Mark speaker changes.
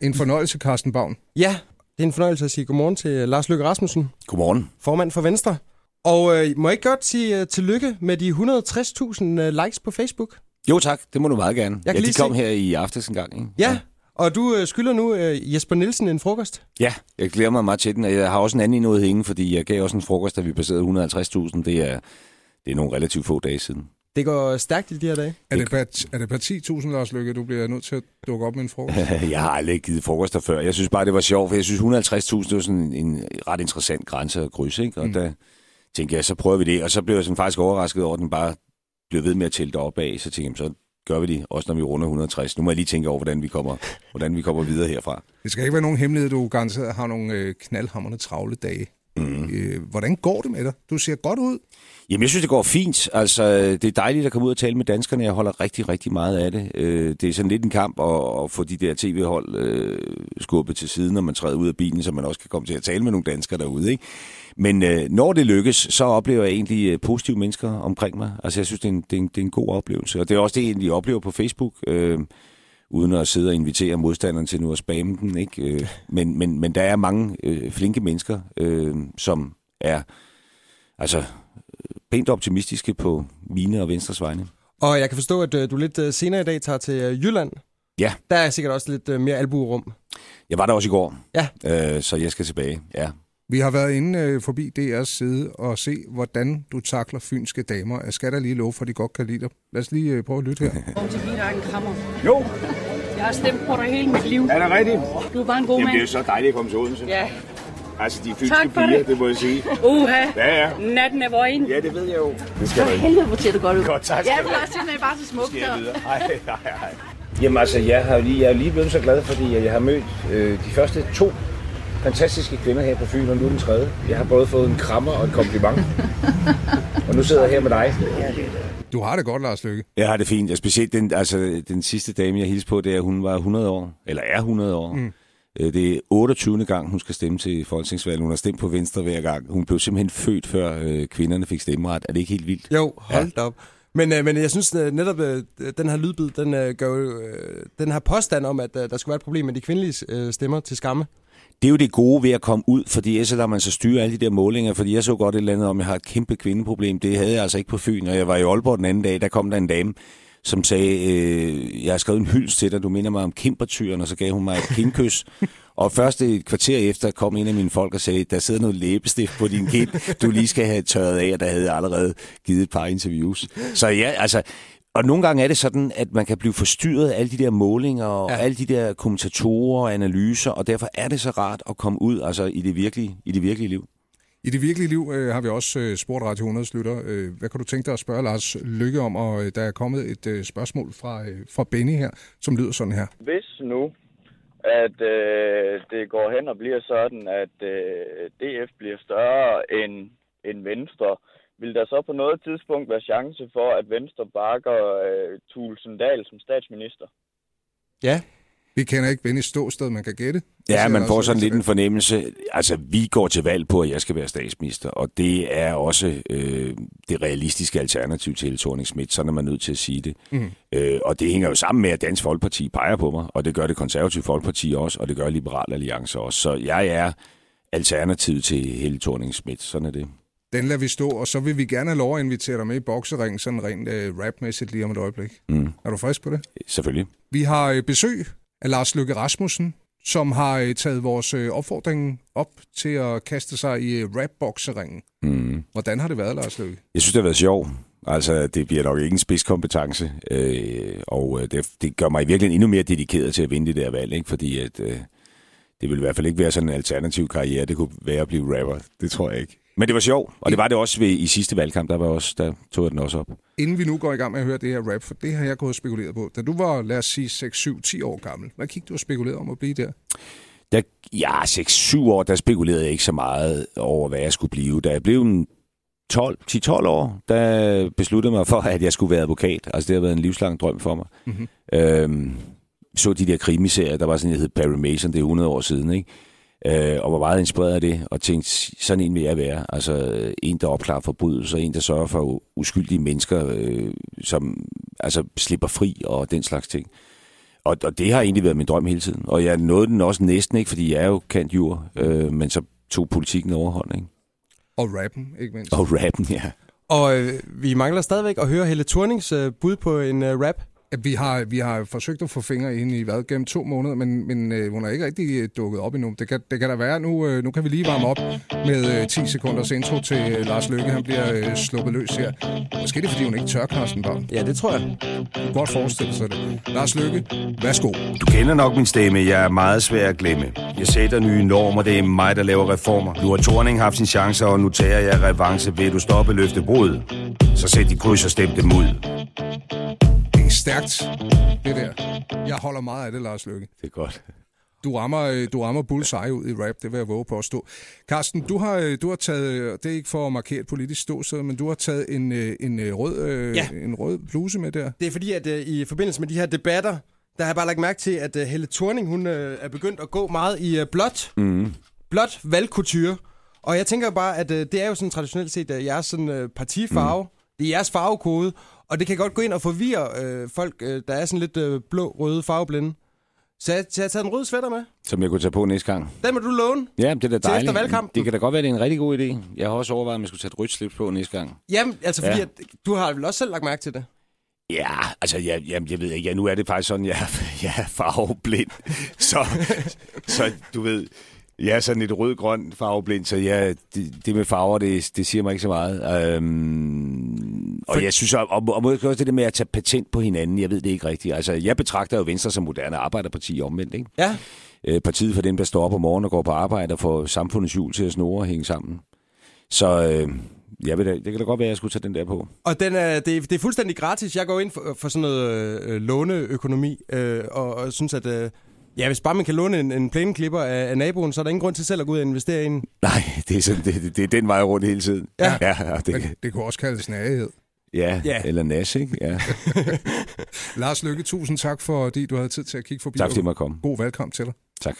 Speaker 1: En fornøjelse, Carsten Bavn.
Speaker 2: Ja, det er en fornøjelse at sige godmorgen til øh, Lars Løkke Rasmussen,
Speaker 3: Godmorgen.
Speaker 2: formand for Venstre. Og øh, må jeg ikke godt sige øh, tillykke med de 160.000 øh, likes på Facebook?
Speaker 3: Jo tak, det må du meget gerne.
Speaker 2: Jeg kan
Speaker 3: Jeg ja, de
Speaker 2: lige se-
Speaker 3: kom her i aftes en gang, ikke?
Speaker 2: Ja, ja. og du øh, skylder nu øh, Jesper Nielsen en frokost.
Speaker 3: Ja, jeg glæder mig meget til den, og jeg har også en anden i noget hænge, fordi jeg gav også en frokost, da vi passerede 150.000. Det er, det er nogle relativt få dage siden.
Speaker 2: Det går stærkt i de her dage.
Speaker 1: Er det, per, er det per 10.000, Lars Lykke, du bliver nødt til at dukke op med en frokost?
Speaker 3: jeg har aldrig givet frokoster før. Jeg synes bare, det var sjovt, for jeg synes 150.000, det var sådan en ret interessant grænse at krydse, ikke? Og mm. der tænkte jeg, så prøver vi det. Og så blev jeg sådan faktisk overrasket over, at den bare blev ved med at tælle op af. Så tænkte jeg, så gør vi det, også når vi runder 160. Nu må jeg lige tænke over, hvordan vi kommer, hvordan vi kommer videre herfra.
Speaker 1: Det skal ikke være nogen hemmelighed, du garanteret har nogle øh, knaldhammerne travle dage. Mm. Øh, hvordan går det med dig? Du ser godt ud.
Speaker 3: Jamen, jeg synes, det går fint. Altså, det er dejligt at komme ud og tale med danskerne. Jeg holder rigtig, rigtig meget af det. Øh, Det er sådan lidt en kamp at, at få de der tv-hold øh, skubbet til siden, når man træder ud af bilen, så man også kan komme til at tale med nogle danskere derude. Ikke? Men øh, når det lykkes, så oplever jeg egentlig øh, positive mennesker omkring mig. Altså, jeg synes, det er, en, det, er en, det er en god oplevelse. Og det er også det, jeg egentlig oplever på Facebook. Øh, uden at sidde og invitere modstanderen til nu at spamme den. Ikke? Øh, Men, men, men der er mange øh, flinke mennesker, øh, som er altså, øh, pænt optimistiske på mine og Venstres vegne.
Speaker 2: Og jeg kan forstå, at øh, du lidt øh, senere i dag tager til øh, Jylland.
Speaker 3: Ja.
Speaker 2: Der er sikkert også lidt øh, mere albuerum.
Speaker 3: Jeg var der også i går,
Speaker 2: Ja.
Speaker 3: øh, så jeg skal tilbage. Ja.
Speaker 1: Vi har været inde øh, forbi DR's side og se, hvordan du takler fynske damer. Jeg skal da lige love for, at de godt kan lide dig. Lad os lige øh, prøve at lytte her.
Speaker 4: Du ligner en krammer.
Speaker 3: Jo,
Speaker 4: Jeg har stemt på dig hele mit liv.
Speaker 3: er det rigtigt?
Speaker 4: Du er bare en god
Speaker 3: Jamen, det er jo så
Speaker 4: mand.
Speaker 3: dejligt at komme til Odense.
Speaker 4: Ja.
Speaker 3: Altså, de
Speaker 4: Tak
Speaker 3: fysiske
Speaker 4: for
Speaker 3: piger,
Speaker 4: det.
Speaker 3: det. det må jeg sige.
Speaker 4: Uha.
Speaker 3: Ja, ja.
Speaker 4: Natten er vågen.
Speaker 3: Ja, det ved jeg jo. Det skal du ikke.
Speaker 5: Helvede, hvor ser det godt ud.
Speaker 3: Godt, tak
Speaker 5: Ja,
Speaker 3: skal
Speaker 5: du er simpelthen bare så smuk.
Speaker 3: jeg
Speaker 5: og-
Speaker 3: videre. Ej, ej, ej. Jamen altså, jeg, har jo lige, jeg er jo lige blevet så glad, fordi jeg har mødt øh, de første to fantastiske kvinder her på Fyn, og nu den tredje. Jeg har både fået en krammer og et kompliment. og nu sidder jeg her med dig.
Speaker 1: Du har det godt, Lars Lykke.
Speaker 3: Jeg har det fint. Og specielt den, altså, den sidste dame, jeg hilste på, det er, at hun var 100 år, eller er 100 år. Mm. Det er 28. gang, hun skal stemme til folketingsvalget. Hun har stemt på Venstre hver gang. Hun blev simpelthen født, før øh, kvinderne fik stemmeret. Er det ikke helt vildt?
Speaker 2: Jo, hold da op. Men, øh, men jeg synes øh, netop, øh, den her lydbid, den, øh, gør, jo, øh, den her påstand om, at øh, der skulle være et problem med de kvindelige øh, stemmer til skamme.
Speaker 3: det er jo det gode ved at komme ud, fordi ellers lader man så styre alle de der målinger, fordi jeg så godt et eller andet om, at jeg har et kæmpe kvindeproblem. Det havde jeg altså ikke på Fyn, og jeg var i Aalborg den anden dag, der kom der en dame, som sagde, øh, jeg har skrevet en hyldest til dig, du minder mig om kæmpertyren, og så gav hun mig et kindkys. og først et kvarter efter kom en af mine folk og sagde, der sidder noget læbestift på din kind, du lige skal have tørret af, og der havde jeg allerede givet et par interviews. Så ja, altså, og nogle gange er det sådan, at man kan blive forstyrret af alle de der målinger og ja. alle de der kommentatorer og analyser, og derfor er det så rart at komme ud altså, i, det virkelige, i det virkelige liv.
Speaker 1: I det virkelige liv øh, har vi også øh, spurgt Radio 100 lytter. Øh, hvad kan du tænke dig at spørge Lars Lykke om? Og øh, der er kommet et øh, spørgsmål fra, øh, fra Benny her, som lyder sådan her.
Speaker 6: Hvis nu, at øh, det går hen og bliver sådan, at øh, DF bliver større end, end Venstre, vil der så på noget tidspunkt være chance for, at Venstre bakker øh, Thulesen Dahl som statsminister?
Speaker 2: Ja.
Speaker 1: Vi kender ikke Bennys ståsted, man kan gætte. Altså, Det
Speaker 3: Ja,
Speaker 1: siger
Speaker 3: man
Speaker 1: Lars
Speaker 3: får
Speaker 1: Løkke
Speaker 3: sådan lidt
Speaker 1: til
Speaker 3: en fornemmelse. Altså, vi går til valg på, at jeg skal være statsminister, og det er også øh, det realistiske alternativ til Helle thorning sådan er man nødt til at sige det. Mm. Øh, og det hænger jo sammen med, at Dansk Folkeparti peger på mig, og det gør det konservative Folkeparti også, og det gør Liberal Alliance også. Så jeg er alternativet til Helle thorning sådan er det.
Speaker 1: det. Den lader vi stå, og så vil vi gerne have lov at invitere dig med i bokseringen, sådan rent øh, rapmæssigt lige om et øjeblik. Mm. Er du frisk på det?
Speaker 3: Selvfølgelig.
Speaker 1: Vi har øh, besøg af Lars Løkke Rasmussen, som har øh, taget vores øh, opfordring op til at kaste sig i øh, rapbokseringen. Mm. Hvordan har det været, Lars Løkke?
Speaker 3: Jeg synes, det har været sjovt. Altså, det bliver nok ikke en spidskompetence, øh, og øh, det, det gør mig virkelig endnu mere dedikeret til at vinde det der valg, ikke? fordi at, øh, det ville i hvert fald ikke være sådan en alternativ karriere, det kunne være at blive rapper, det tror jeg ikke. Men det var sjovt, og det var det også ved, i sidste valgkamp, der, var også, der tog jeg den også op.
Speaker 1: Inden vi nu går i gang med at høre det her rap, for det har jeg gået og spekuleret på. Da du var, lad os sige, 6, 7, 10 år gammel, hvad gik du og spekulerede om at blive der?
Speaker 3: Der, ja, 6-7 år, der spekulerede jeg ikke så meget over, hvad jeg skulle blive. Da jeg blev en 12, 10-12 år, der besluttede jeg mig for, at jeg skulle være advokat. Altså, det har været en livslang drøm for mig. Mm-hmm. Øhm, så de der krimiserier, der var sådan en, der hed Perry Mason, det er 100 år siden, ikke? Øh, og var meget inspireret af det, og tænkte, sådan en vil jeg være. Altså, øh, en, der opklarer forbrydelser, en, der sørger for u- uskyldige mennesker, øh, som altså, slipper fri og den slags ting. Og, og det har egentlig været min drøm hele tiden. Og jeg nåede den også næsten ikke, fordi jeg er jo kendt jur, øh, men så tog politikken overhånd, ikke?
Speaker 1: Og rappen, ikke mindst.
Speaker 3: Og rappen, ja.
Speaker 2: Og øh, vi mangler stadigvæk at høre Helle Thornings øh, bud på en øh, rap.
Speaker 1: At Vi har, vi har forsøgt at få fingre i hende i hvad, gennem to måneder, men, men øh, hun er ikke rigtig øh, dukket op endnu. Det kan, det kan der være. Nu, øh, nu kan vi lige varme op med øh, 10 sekunders intro til øh, Lars Løkke. Han bliver øh, sluppet løs her. Måske er det, fordi hun ikke tør, Carsten Baum.
Speaker 2: Ja, det tror jeg.
Speaker 1: Godt forestille sig det. Lars Løkke, værsgo.
Speaker 3: Du kender nok min stemme, jeg er meget svær at glemme. Jeg sætter nye normer, det er mig, der laver reformer. Nu har Torning haft sin chance, og nu tager jeg revanche. Vil du stoppe løfte brud? Så sæt de kryds og stem dem ud.
Speaker 1: Det er stærkt, det der. Jeg holder meget af det, Lars Løkke.
Speaker 3: Det er godt.
Speaker 1: Du rammer, øh, du rammer bullseye ud i rap, det vil jeg våge på at stå. Carsten, du har, øh, du har taget, øh, og det er ikke for at markere et politisk ståsted, men du har taget en, øh, en, øh, rød, øh,
Speaker 2: Ja.
Speaker 1: ja. en rød bluse med der.
Speaker 2: Det er fordi, at øh, i forbindelse med de her debatter, der har jeg bare lagt mærke til, at øh, Helle Thorning, hun øh, er begyndt at gå meget i øh, blåt. Mm. Blåt valgkultur. Og jeg tænker bare, at øh, det er jo sådan traditionelt set øh, jeres sådan, øh, partifarve. Mm. Det er jeres farvekode. Og det kan godt gå ind og forvirre øh, folk, øh, der er sådan lidt øh, blå-røde farveblinde. Så jeg, så jeg har taget en rød sweater med.
Speaker 3: Som jeg kunne tage på næste gang.
Speaker 2: Den må du låne.
Speaker 3: Ja, men det er da
Speaker 2: Til
Speaker 3: dejligt.
Speaker 2: efter valgkampen.
Speaker 3: Det kan da godt være, det er en rigtig god idé. Jeg har også overvejet, om jeg skulle tage et rødt slips på næste gang.
Speaker 2: Jamen, altså fordi,
Speaker 3: Ja.
Speaker 2: ja. at, du har vel også selv lagt mærke til det.
Speaker 3: Ja, altså, jeg, jamen, jeg ved ikke. Ja, nu er det faktisk sådan, jeg, jeg er farveblind. Så, så du ved, jeg er sådan lidt rød-grøn farveblind, så jeg, det, det med farver, det, det siger mig ikke så meget. Øhm, og jeg synes, og, og, og måske også det der med at tage patent på hinanden, jeg ved det ikke rigtigt. Altså, jeg betragter jo Venstre som moderne arbejderparti omvendt, ikke?
Speaker 2: Ja.
Speaker 3: Øh, partiet for dem, der står op om morgenen og går på arbejde og får samfundets hjul til at snore og hænge sammen. Så øh, jeg ved da, det kan da godt være, at jeg skulle tage den der på.
Speaker 2: Og den er, det, er- det er fuldstændig gratis. Jeg går ind for, for sådan noget øh, låneøkonomi, øh, og, og synes, at øh, ja, hvis bare man kan låne en, en plæneklipper af, af naboen, så er der ingen grund til selv at gå ud og investere i en.
Speaker 3: Nej, det er, sådan, det, det, det er den vej rundt hele tiden.
Speaker 2: Ja.
Speaker 3: ja, og det,
Speaker 1: Men det kunne også kaldes nærhed.
Speaker 3: ja,
Speaker 2: Ja.
Speaker 3: ja. eller nas, ikke? Ja.
Speaker 1: Lars Løkke, tusind tak, fordi du havde tid til at kigge forbi.
Speaker 3: Tak fordi jeg måtte komme.
Speaker 1: God velkommen til dig.
Speaker 3: Tak.